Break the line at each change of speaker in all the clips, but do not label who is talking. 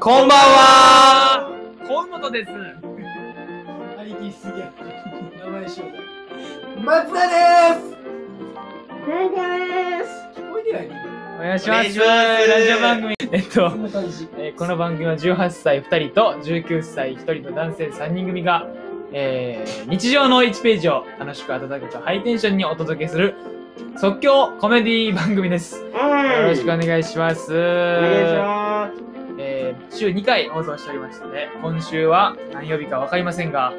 こんばんは河本です。
兄貴すげえ。名前紹介。松田です。
大丈夫です。
聞こえてないね。
お願いします。
お願いします
ラジオ番組。えっと
こ、んな感じ。
えーこの番組は18歳2人と19歳1人の男性3人組が、えー日常の1ページを楽しく温かくハイテンションにお届けする即興コメディ番組です。よろしくお
いし
願いします。
ます。
えー週2回放送しておりましたので、今週は何曜日かわかりませんが、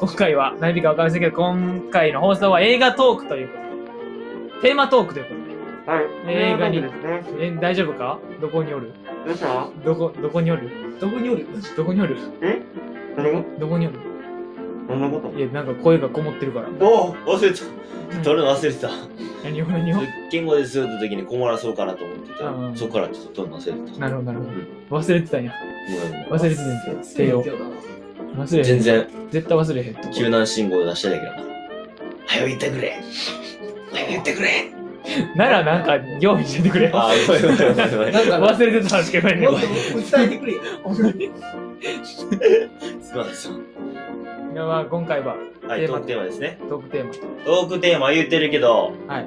今回は何曜日かわかりませんけど、今回の放送は映画トークということで、テーマトークということ
は
で、
い。
映画に
ですね。
え大丈夫かどこにおる
どうした
どこ、どこにおる
どこにおる
どこにおる
え何が
どこにおる
何のこと
いや、なんか声がこもってるから。
おお忘れた撮るの忘れてた
何を何を
10言語ですって時に困らそうかなと思ってた、
うん
そっからちょっと撮るの忘れてた
なるほど、なるほど。忘れてたんや。
ほ
忘れてたんや。手を。忘れへん。
全。然
絶対忘れへんと。
救難信号出してたけどな早言ってくれ早言ってくれ
ならなんか、用意しててく れ。
あーごめんごめんごめんごめん
なんか
忘れてたんしかないね
も。っと訴えてくれよ。
すいません
いやまあ今回は
はいトークテーマですね
トークテーマと。
トークテーマ言ってるけど
は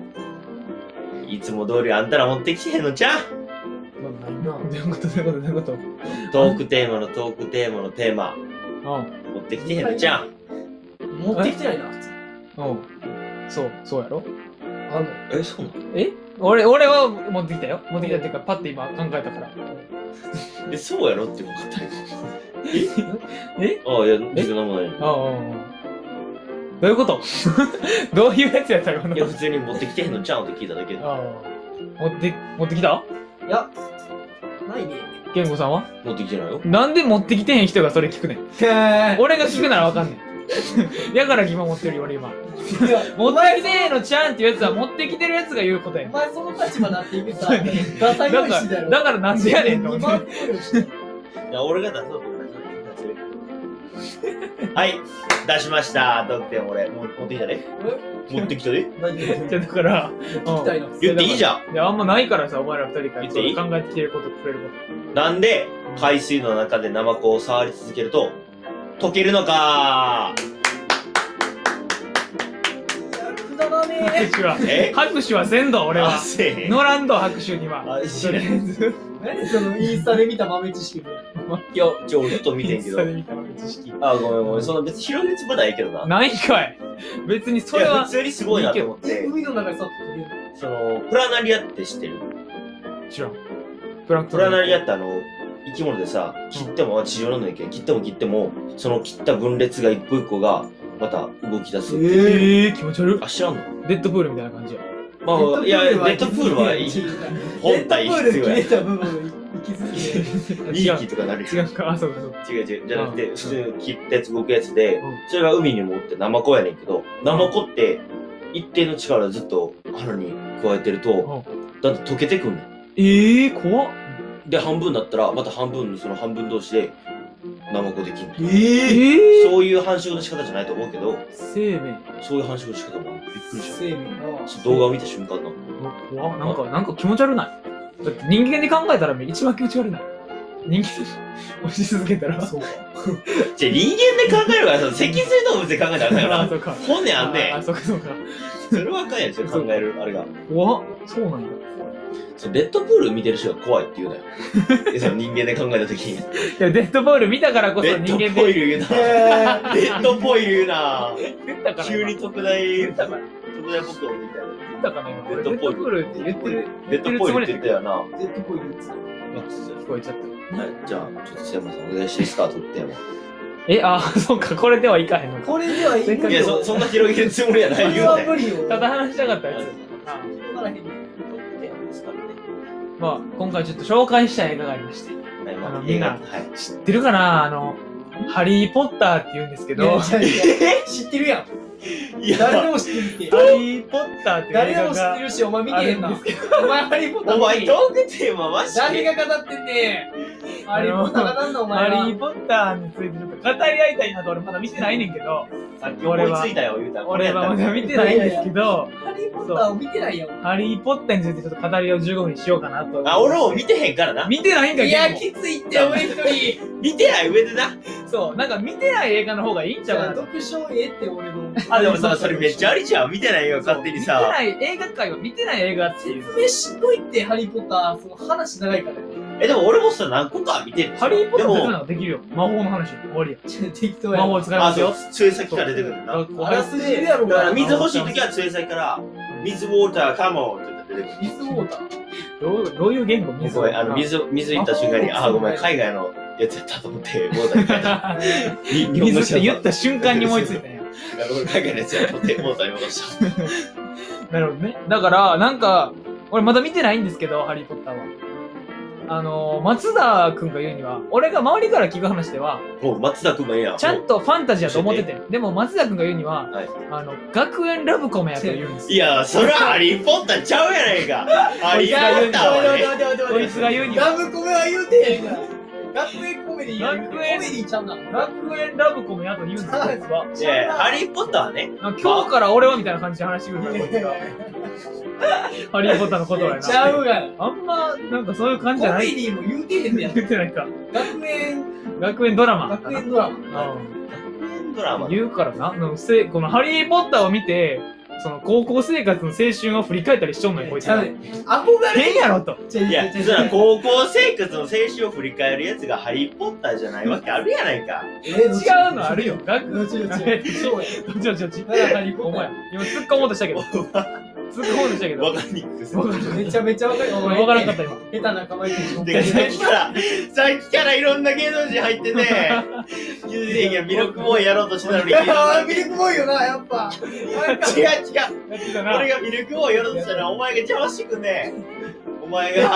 い。
いつも通りあんたら持ってきてへんのちゃう
どういうことどういうことどういうこと
トークテーマのトークテーマのテーマ
う
持ってきてへんのちゃう
持ってきてないな。
ん。うん。そう、そうやろ
あの、
えそうな
え俺、俺は持ってきたよ。持ってきたっていうか、パッて今考えたから。
のえそうやろって分かったよ
え
ああいや自分のもない
ああああああどういう ことどういうやつやったの
いや、普通に持ってきてへんのちゃうんって聞いただけで。
ああ持って、持ってきた
いや、ないね。
健吾さんは
持ってきてないよ。
なんで持ってきてへん人がそれ聞くねん。
へ
俺が聞くならわかんねん。やから疑問持ってるよ、俺今。持ってきてへんのちゃんっていうやつは持ってきてるやつが言うことや
お
ん。
前その立場になっていくさ、ダサい用意してたやろ。
だからなんでやねんと
と
思
思
って
って。
いや、俺が出そうと思ったはい、出しました。得点俺。もう持ってきたで。持ってきたで。
何言っ
じ
て
ゃ
ん
だ
の
から、
聞きたいな。
言っていいじゃん。
いや、あんまないからさ、お前ら二人から
言っていい
考えてきてること、くれるこ
なんで、海水の中でナマコを触り続けると、溶けるのか
くだら
と。
ね
拍手は、
え
拍手はせんど、俺は
あ。せえへん。
ノランド拍手には。
あ、知
と
ら
り
ん。
あ
い
えず、
え。何そのインスタで見た豆知識みたいな
や、ちょ、俺ずっと見てんけ
インス
ど
タ。で見た豆知識。
あ、ごめんごめん。その別に広げつぶないけどな。
ないんかい。別にそ
い
れ
や、
は
普、通にすごいなと思っ
え
て。
海の中さ、溶ける
その、プラナリアって知ってる
知らん。プランクト
プ
ン
ラナリアってあの生き物でさ切っても、地上なんだけど切っても切ってもその切った分裂が一個一個がまた動き出す、
えー、気持ち悪い
あ。知らんの
デッドプールみたいな感じや。
まあまあいやデッドプールはいい本体
デッドプール
必要や
切れた部分を息づけて
い
違
い気
う。
とかなるよ
違うか、あ、そうか、そうか。
違う違うじゃなくて
うん
普通に切ったやつ動くやつで、
うん
それが海にもおってナマコやねんけどナマコって一定の力をずっと腹に加えてると、だんだん溶けてくんねん
ええー、怖っ。
で半分だったらまた半分のその半分同士でナマコできんねん
えー、
そういう繁殖の仕方じゃないと思うけど
生命。
そういう繁殖の仕方もあるびっくりした
生命の
そう動画を見た瞬間の
うわ、なんか、なんか気持ち悪ない。だって人間で考えたら一番気持ち悪ない。人間押し続けたら。
そうか
じゃあ人間で考えるからその脊髄動物で考えたらあかん
あ、
から
そうか。
本音あんね
あ、
ん
そうか、そうか。
それはあかんやんそれ考えるあれが
怖っ。そうなんだ。
そのデッドプール見てる人が怖いって言うなよ えその人間で考えた時に
いや、デッドボール見たからこそ
デ
人
ッド
間
っぽい
で
言うなデッドっぽい言うな
言ったから。
急に
今
特大
言っ
特
たか
大
ら。
僕をみたいな
言ったかな今。
デ
俺デ
ッド
ッド
ボー
ボー
ル
ルって言ってる。
デッドっぽいって言ったよな
デッドプールって言
聞こえちゃっ
はいじゃあちょっと瀬山さんお願いしていいですかとっても
た。え、あ、そうか。これではいかへんのか。
これではいい
い
いやそそんな広げるつもりはない言う
は
ね
無理よ
ただ話したかったやつ。あ
分からへんねん
まあ、今回ちょっと紹介したい映画がありまして。
はいま
あの
あ
み
映
んな
画はい
知ってるかなあの、ハリー・ポッターって言うんですけ
いや
ど、ハ
違う違う知ってるやん
いや
誰でも知ってるって
リー・ポッターっていう映
誰で
画
も知っ
が
てるしお前見てへんな
あるん
お前ハリーポッター
お前
見
ト
てへん
ークテーママジで
誰が語ってんねんハリーポッター語んなお
ハ
前
リ
は
ー・ポッターについてちょっと語り合いたいなと俺まだ見てないねんけど、
さっき思いついたよ、言うたら
俺はまだ見てないんですけど、
ハリーポッターを見てないやん。
ハリー・ポッターについてちょっと語りを15分にしようかなと。
あ、俺も見てへんからな。
見てないんか、
いや、
結
きついって、俺一人。
見てない上でな。
構そう、なんか見てない映画の方がいいんち
じ
ゃう
ゃ
か
あ、
なと。
読書ええって、俺の。
あ、でもさ、それめっちゃありじゃん。見てないよ、勝手に
見て
さ。
ない映画界は見てない映画っていう。
説明しといて、ハリー・ポッター、その話長いから。
え、でも俺もさ、何個か見てる。
ハリー・ポッター
で
と
も
かなんかできるよ。魔法の話。終わりや。
ちょ適当や
魔
わ。
法使いま
あ、
す
そう
よ。、
杖先から出てくるな。
そう
あらすじやろ
だから水
水
欲しい時は杖先から、水ウォーターカモンって言って出てくる。
ミスウォーター。
どうどういう言語水
ごめん、あの、水、水行った瞬間に、あ、ごめん、海外のやつやったと思って、ウォーターに変えた。に日本の
水って言った
瞬
瞬間に思いついたんや。
間。ごめん海外のやつやと思って、ウォーターに戻した。
なるほどね。だから、なんか、俺まだ見てないんですけど、ハリー・ポッターは。あのー、松田君が言うには、俺が周りから聞く話では、
もう、松田君もええやん。
ちゃんとファンタジーだと思ってて、でも松田君が言うには、
はい
あの、学園ラブコメやと言うんです
い
よ。
や、そらハリー・ポッターちゃうやない か。ハリー・ポッターはね。
待って待って待って待って待って
こいつが言うには、
ラブコメは言うてへんから。学園コメディや言うて
学園
コメディちゃうな。ラ
学園ラブコメやと言うんですよ、こいつは。
いやいやハリー・ポッターはね、
なんか今日から俺はみたいな感じで話してくるから、こいつ が。ハリー・ポッターのことはや
ち
な。
ゃうがな
あんま、なんかそういう感じ
コ
じゃな
メ
い。
ディも言うてへんねや。
言ってないか。
学園、
学園ドラマか
学
な。
園ドラマ。
うん
ドラマの
言うからな、あのせこのハリー・ポッターを見て、その高校生活の青春を振り返ったりしとんのよ、こいつ
ちゃう
ら
ね。憧れ
変やろと。
いや、そら高校生活の青春を振り返るやつがハリー・ポッターじゃないわけあるやない か。
違
違うのあるよ。。学
後々。そうや。
どっ ちどっちどっち
だからハリーポ
お
ッター
前、今突っ込もうとしたけど、突っ込もうとしたけど、
わ
わ
かりにくくす
か
る。
ん
めちゃめちゃわかる。
わからんかった今。
下手な仲間に。
てか、さっきから、さっきからいろんな芸能人入ってね、ゆず りがミルクボーイやろうとしてたのに、いろんな
ミルクボーイよな、やっぱ。
違う違う。
やってたな
俺。がミルクボーイやろうとしたら、お前が邪魔してくんね。お前 が、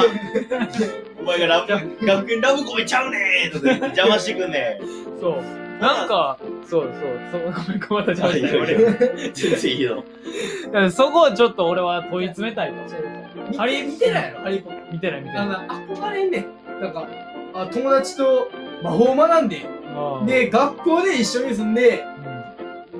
お前がラブ、学園ラブコメちゃうねーとか言って邪魔してくんね。
そう。なんか、そうそう、そう、ごめん、ごめん、またじゃあ
いや俺
だ
全然いいよ。
から そこをちょっと俺は問い詰めたいと。
ハリー見てないのハリーポッ
見てない、見て
ター。あ
ない。
の、憧れんねん。なんか、あ友達と魔法を学んで、
うん
で、学校で一緒に住んで、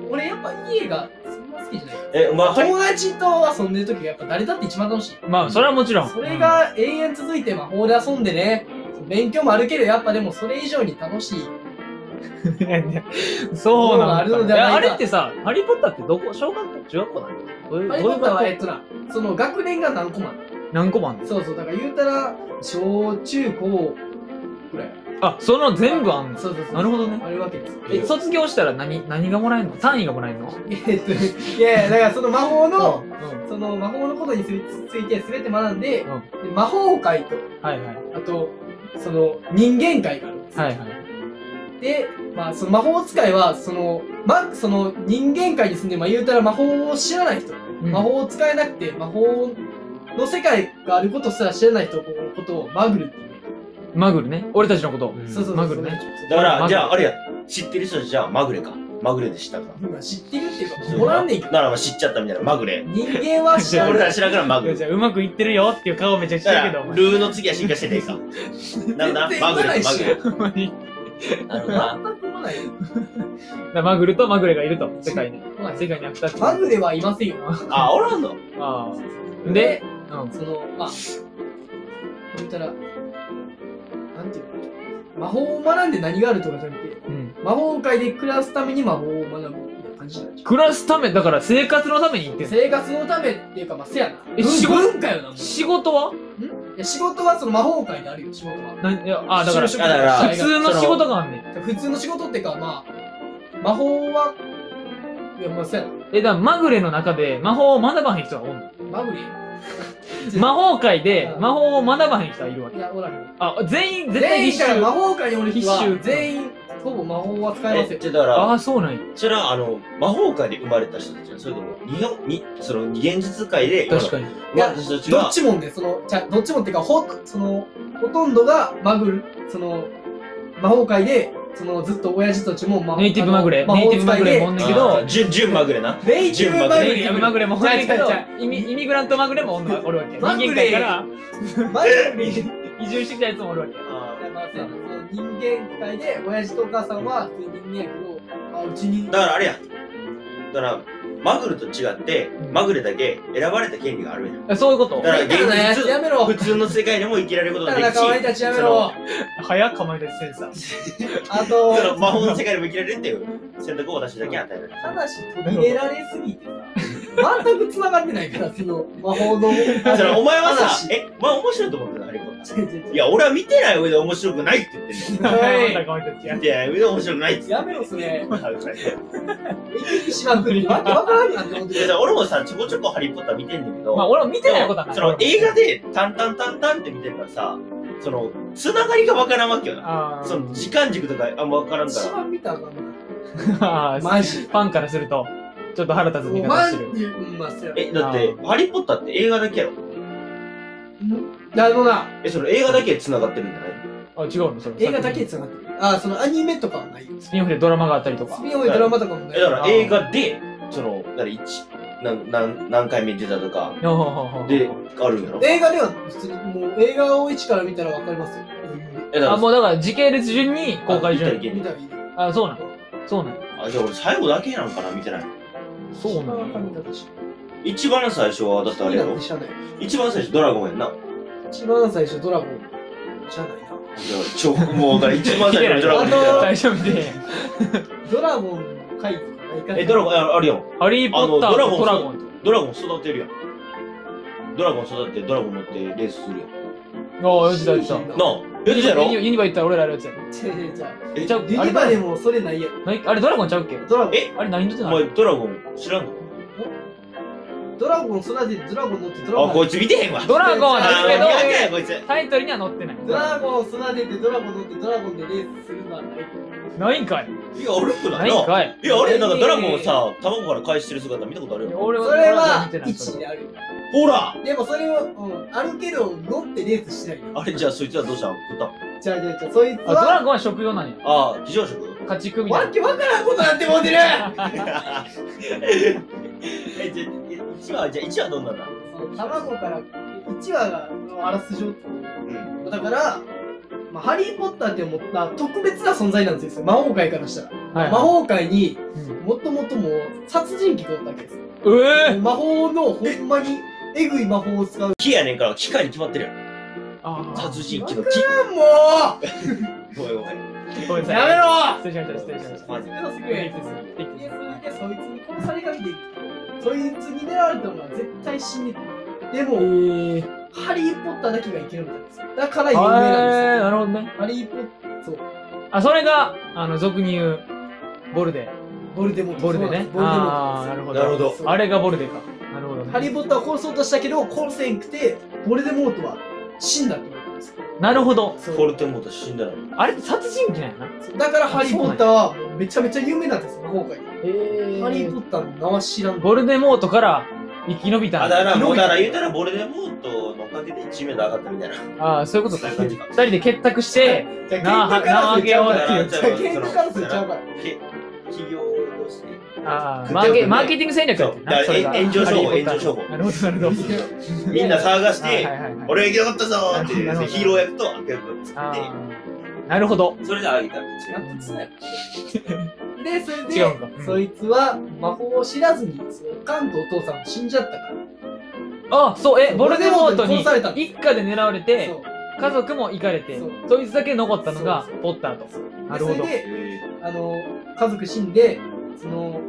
うん
俺やっぱ家がそんな好きじゃない。
え、まあ、ハリ
友達と遊んでる時がやっぱ誰だって一番楽しい。
まあ、それはもちろん。
それが永遠続いて魔法で遊んでね、勉強もあるけど、やっぱでもそれ以上に楽しい。
いやいやそうな
そうなのある
の
のじゃない
や
か
あれってさ、ハリー・ポッターってどこ小学校中学校なのどういう
ハリー
ど
ポ
ういう
ッター
学
は、えっ
校
とな、その学年が何個もある。
何個もあんの
そうそう、だから言うたら、小中高ぐらい。
あ、その全部あんの
そうそうそう。
なるほどね
あるわけですよ。
え、卒業したら何、何がもらえるの単位がもらえるの
えっと、いやいや、だからその魔法の、
うん。
その魔法のことについて全て学んで、
うん
で魔法界と、
はいはい。
あと、その人間界があるんですよ
はいはい。
で、まあ、その魔法使いは、その、ま、その人間界に住んで、まあ、言うたら魔法を知らない人、
うん
魔法を使えなくて、魔法の世界があることすら知らない人のことをマグルって言うね。
マグルね。俺たちのことを。
うん
そうそうそう。
マグルね。
だか
マグ
ら、
レ
じゃあ、あれや、知ってる人じゃあ、まぐれか。まぐれで知ったか。
今知ってるっていうか、おらんねんけ
だ
ど、
から、知っちゃったみたいな、まぐれ。
人間は知ら
俺
な
ら
い。
知らんからま
い
ぐ
や
れ。
じ
だ
ゃあ、うまくいってるよっていう顔めちゃくちゃ
か
だけ
ら
ど、お、前。
ルーの次は進化してねえか。なんだ、まぐれ、まぐれ。
ほんまに
なるほどな。
全くもない。
だからマグルとマグレがいると。世界に。
まあ
世界には二つ。
マグレはいませんよ。
あ、おらんの
ああ。で
で、、
うん。
その、まあ、言ったら、なんていうの魔法を学んで何があるとかじゃなくて、
うん。
魔法界で暮らすために魔法を学ぶみたいな感じなんじゃん
暮らすため、だから生活のために行ってんの
生活のためっていうか、まあ、せやな。
え
文
仕事
文化よな、もう。
仕事はい
や仕事はその魔法界であるよ、仕事は。
なんいやあ、だから、
就
普
職
あだから
海外
通の仕事があんねん。
普通の仕事っていうか、まあ、魔法は、いや、まあ、せやな。
え、だからまぐれの中で魔法を学ばへん人がおんの。
マグリ
魔法界で
うん
魔法を学ばへん人はいるわけ
い。や、おらへん。
あ、全員、絶対
全員
必
から魔
修。
法界におる人は
必修、
全員、ほぼ魔法は使えます
え、
よ。
じゃあだから
あ、あ、そうなんや。
それはあの魔法界で生まれた人たちなのそれとも日本にその現実界で
確かに。
生まれた人たち
どっ
が
ちもんで、その、ちゃどっちもっていうか、ほ、その、ほとんどがマグル、その、魔法界で、その、ずっと親父たちも魔
ネイティブまぐれ
あの魔法
ネイティブまぐれ
使いで
もんね
だ
け
け
ど
ど純純まぐれな
ネイティブマグ
ネイティブ
レ
まぐれもおんねんけど
ちゃうちゃうち、
イミイミグラントまぐれもおんのおるわけ。人
まぐれ
間界から
マグレ
移住してきたやつもおるわけ。
あ
まあ、その人間界で親父とお母さんは普通に人間やけど、あうちに
ーだからあれやだからマグルと違って、
ん
マグルだけ選ばれた権利があるんや。
えそういうこと
だから現
だから
実、
やめろ
普通の世界でも生きられること
だ
が
か
で
らかまい
きし、
たちやめろ
早かまいたちセンサー。
あ
そ
と
のその魔法の世界でも生きられるっていう選択を私だけ与えられた。
話取り入れられすぎてさ全く繋がってないからその魔法の
それお前はさ
話、
え、お前面白いと思ってたのあれ
違う違う違う
いや、俺は見てない上で面白くないって言ってんの。
早かまいた ちや
見。てない上で面白くないって言
やめろそれ
って
しまくりわけわからんようになって思って
んの。俺もさ、ちょこちょこハリー・ポッター見てんだけど、
まあ俺も見てないことはない。
その映画でタンタンタンタンって見てるからさ、その、つながりがわからんわけよな。
あー
その、時間軸とかあんまわからんか
一
ら。
番見たらあかん
あ
な
ー
マジ
ファンからすると、ちょっと腹立つ見
お
方
前
してる。
うんまあそうや
え、だって、ハリー・ポッターって映画だけやろ。
なあのな
え、その映画だけ繋がってるんじゃない
あ、違うのそれ。
映画だけで繋がってるあそのアニメとかはないよ
スピンオフでドラマがあったりとか
ス。ピンオフドラマとかもない
え、だか
あ
ら
ー
映画で、その、だから一何、何、何回目出たとか、
ほうほうほうほう
で、あるんやろ。
映画では普通にもう映画を一から見たらわかりますよ
え、だ
あ、
か
もうだから時系列順に公開
あ見
順
た。り
見たらいいよ
あ、そうなの。そうなの。
ら、あ、じゃあ俺最後だけなんかな見てない。
そうな
一番
の。
見たらしい
一番最初は、だってあれやろ
知らない
一番最初ドラゴンやんな。
一番最初ドラゴンじゃないな
じゃあ、ちょ、もうわからん一番最初のドラゴンみたいな。
最初見てへん。
ドラゴンの回とかない から
え、ドラゴン、ああるやん。
ハリー・ポッター
あの
と
ド
ド
ラ
ラ
ゴ
ゴン
ドラゴン育てるやん。ドラゴン育てて、ドラゴン乗ってレースするやん。な
と。ああ、やってたやってた。
あ、やってたやろ
ユニユニバ行ったら俺らやるやつや。
違う違う違う
え
ちゃう
ユ
あ
ニ
れ
バでもそれないや
なあれドラゴンちゃうっけ
ドラゴン
え
あれ何乗って
お
たの
前、ドラゴン知らんの
ドラゴン育ててドラゴン乗ってドラ
あ、
ゴ
こ
ン
いつ見てへんわ。
ドラゴンは
あ
な
ー、見
い
や
け
んこいつ。
ど、タイトルには載ってない。
ドラゴン育ててドラゴン乗ってドラゴンでレースするのはない
ないんかい
いや、俺くな
ないいん
な。
かい
いや、俺、なんかドラゴンをさ、卵から返してる姿見たことある
いや
よ。
俺
それは
ドラゴン見てないそ
1
れ
である
ほら
でもそれを、うん、あるけど乗ってレースしないよ
あれ、じゃあ、そいつはどうしたん食ったん
じゃあじゃあじゃあそいつ
あドラ
は
ゴンは食用なんや。
あー、非常食
家畜みたい
わ
な。
けわからんことなってもうてる
え、じゃあ、1話、じゃあ1話どんなんだ
そう卵から1話がのあらすじを
うん。
だから、まあ、ハリー・ポッターって思った特別な存在なんですよ魔法界からしたら、
はい
魔法界に
うん
もともともう殺人鬼がおったわけですよ
ええ
魔法のほんまにえぐい魔法を使う
木やねんから、機械に決まってるやん。
ああ。
殺人鬼の木。
も
ごめんごめん。
ごめんな
う
さい
やめろ
失礼しました、失礼しました。
真面目なすぎ
え
るでそいつに殺されかけてそいつに狙われたのは絶対死ねでも
ー、
ハリー・ポッターだけがいけるみたいですよだから
え
有名
ー、な
な
ん
で
るほどね
す。よハリー・ポッターそう
あ、それが、あの、俗に言う、ボルデ。
ボルデモート
ボルデ
そうなん
ね
で。すボルデモ
ああ、
ート
なるほ
なるほ
ど。
ど。
そう
あれがボルデか。なるほど
ハ
ね。
リー・ポッターを殺そうとしたけど殺せんくてボルデモートは死んだって言われたんですよ
なるほど。
そう
ポルテモート死んだのに。
あれって殺人鬼なんやな。
そうだからハリー・ポッターはもうめちゃめちゃ有名なんですよ魔法界で
えー
ハリー・ポッターの名は知らん
ボルデモートから生き延びた
あ
んだ
だから、もうだから言うたら、ボルデモートのおかげで知名度上がったみたいな。
ああそういうことか
そういう感じか
二人で結託して
じゃあ
なあ
ケントカラスちゃうから
なあ
あげよう
じゃあケントカラスちゃうから
け企業として。
ああ
食って
マーケ
ね
マーケティング戦略やってんな
そうだから
それが
炎上商法
ハリーポッターの
炎上商法
なるほどなるほど
みんな騒がし
あはい
て、
はいはい
俺が生き残ったぞーって
なるほど
ヒーロー役と悪役を
あ
作っ
あなるほど
て、それであげたら
やっとつながるでそれで
違うんか
そいつは魔法を知らずにそのカンとお父さんが死んじゃったから
あそうえボルデモート
ボルデモートに
に
殺された
一家で狙われて
そう
家族も行かれて
そう
そいつだけ残ったのが
そうそう
ポッターと
そうで
なるほど
それで
えー
あの家族死んでその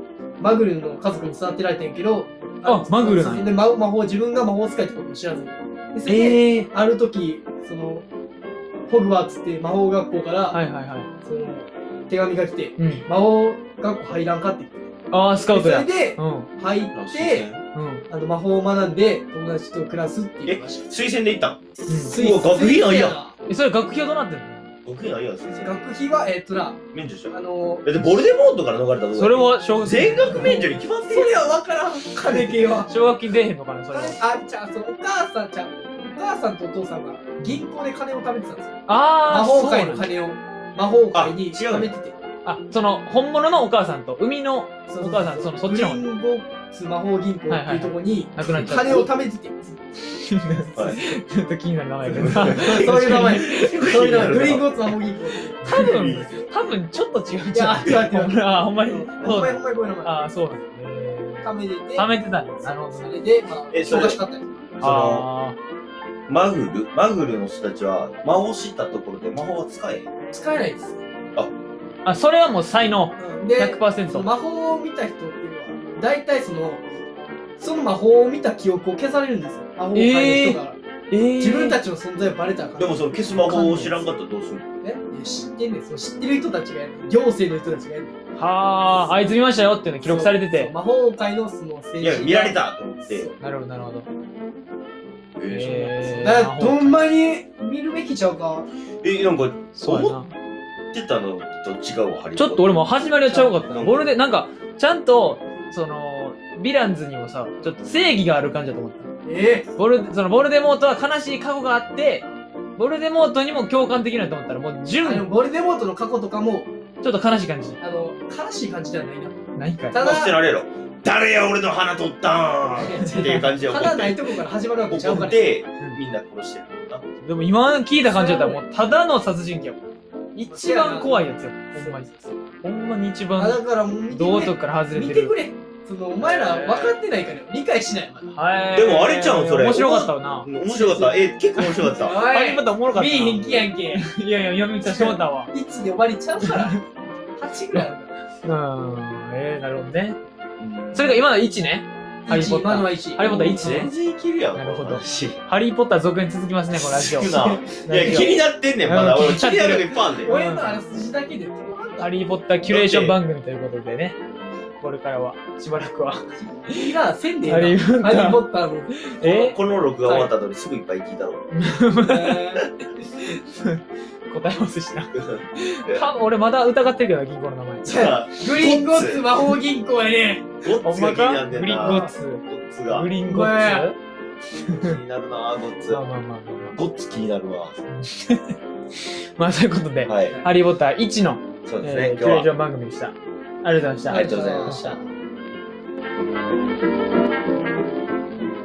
マグルの家族に育てられてんけど
あマグルなんや
そうで魔魔法自分が魔法使いってことも知らずにでそれで、
ええ
ある時そのホグワーツって魔法学校から、
はいはいはい
その手紙が来て
うん
魔法学校入らんかって言って
ああスカウト
でそ
や
れで
うん
入
あ
って
推薦
うん
あの魔法を学んで友達と暮らすっていう話
推薦で行ったん
う
推薦
うわ学費ないやん
んえそれ学費はどうなってる
僕には言わ推薦。
学費はえっとな
免除し
あ
た。だ
の
ってボルデモートから逃れたこと
の
だ
それは小学
全額免除に決まって
そ
る
れは分からん金系は
奨学金出えへんのかなそれは
あ、じゃあ、そのお母さんちゃん、お母さんとお父さんが銀行で金を貯めてたんですよ。魔
ああ
法界
そうな
の
んだ
金を魔法界に
あ違う
貯めてて。
あその本物のお母さんと生みの
そ
お母さんそのそっちの方
グリーンボックス魔法銀行っていうところに
なくなっちゃった
金を貯めてて。
はい
ちょっと気になる名前やけ ど
は
な
そういう名 前。そういう名前。グリーン
ゴ
ボックス魔法銀行。
多分多分ちょっと違うん
い
じ
や、
ゃ
待って待って
う
待って。
あほんまに
ほん
そう
ま
だ
にほんまにごめんなさい。
ああそうなんだね
ためてて、
貯めてたんです。
あのそれで、まあ、
えそれ
忙しかったりとか
その
あ
マグルマグルの人たちは魔法を知ったところで魔法は使えへん
使えないですよ。
ーあ、それはもう才能。
うんで、その
100%。
魔法を見た人っていうのは、大体その、その魔法を見た記憶を消されるんですよ。魔法界の人が、
えー
自分たちの存在をバレたから。
でもその消す魔法を知らんかったらどうするの
えいや知ってんですよ。知ってる人たちがやる。行政の人たちがやる。
はあ、あいつ見ましたよっていうの記録されて
そう
て。
魔法界のその政治
いや見られたと思って
なるほど、なるほど。え魔
だか
え
ら
法
どんまに見るべきちゃうか
ーえなんか
そうやな。
言ってたのと違うわハリー
ちょっと俺も始まりはちゃうかった
な
な。
んか
俺で、なんか、ちゃんと、その、ヴィランズにもさ、ちょっと正義がある感じだと思った。
ええ
ボルそのボルデモートは悲しい過去があって、ボルデモートにも共感できないと思ったら、もう純、
あの
ち
ボルデモートの過去とかも
ょっと悲しい感じ。
あの悲しい感じではないな
ないかい。
た
もう捨て
だ
られろ誰や俺の花取ったーんっていう感じで怒
花
っ
ない
て
とこから始まるわけちゃう
怒
か
っ
ら
てみんな殺してるもんな
でも今聞いた感じだったら、もうただの殺人鬼やもん。一番怖いやつやもん。ほんまに。ほんまに一
あ
番
だからもう見て
道
くれ
徳から外れ
見
て
てく
る。
れそのお前ら分かってないからよ理解しないまだ
はい。
でもあれちゃうんそれ
面白かったわな。
面白かったえ結構面白かった
あれまたおもろかった
見
な。
えへんきやんけ
いやいや、読みさせてもらった わ。
いつで終わりちゃうから8ぐらいあるから
うーん、えー、なるほどね。 それが今の1ね。ハリーポッター
一今のは1
ハリーポッター一ね
全然いけるやん
なるほど
この話
ハリーポッター続編続きますね、このラジオ。
少ない
ない
や気になってんねんまだ
うん
俺気になるのいっぱいあんねん
俺のあらすじだけで
ハリー・ポッターキュレーション番組ということでね、これからは、しばらくは。ハ
いやせんでええな
リー・ポッタ
ハリー・ポ
ー。
ッターの
え
この録画終わった後にすぐいっぱい聞いたろ
答えますしな。 多分俺まだ疑ってるけどな、銀行の名前。
じゃあ
グリンゴッツ魔法銀行やね
ゴッ
ほん
ツが
ま
気にな
か
んね
グ
ん
リンゴ
な
ッツ。
ゴッツが
グリンゴッ
気になるなゴッ
ツ
ツ
まあまあまあまあま
ゴッツ気になるわ
あ。まあ、ということで、
はい
ハリー・ポッター1の、
そうです
え
ね
ーキュレ
今
ー
日
ショ
は
ン番組でした。ありがとうございました
あ。りがとうございました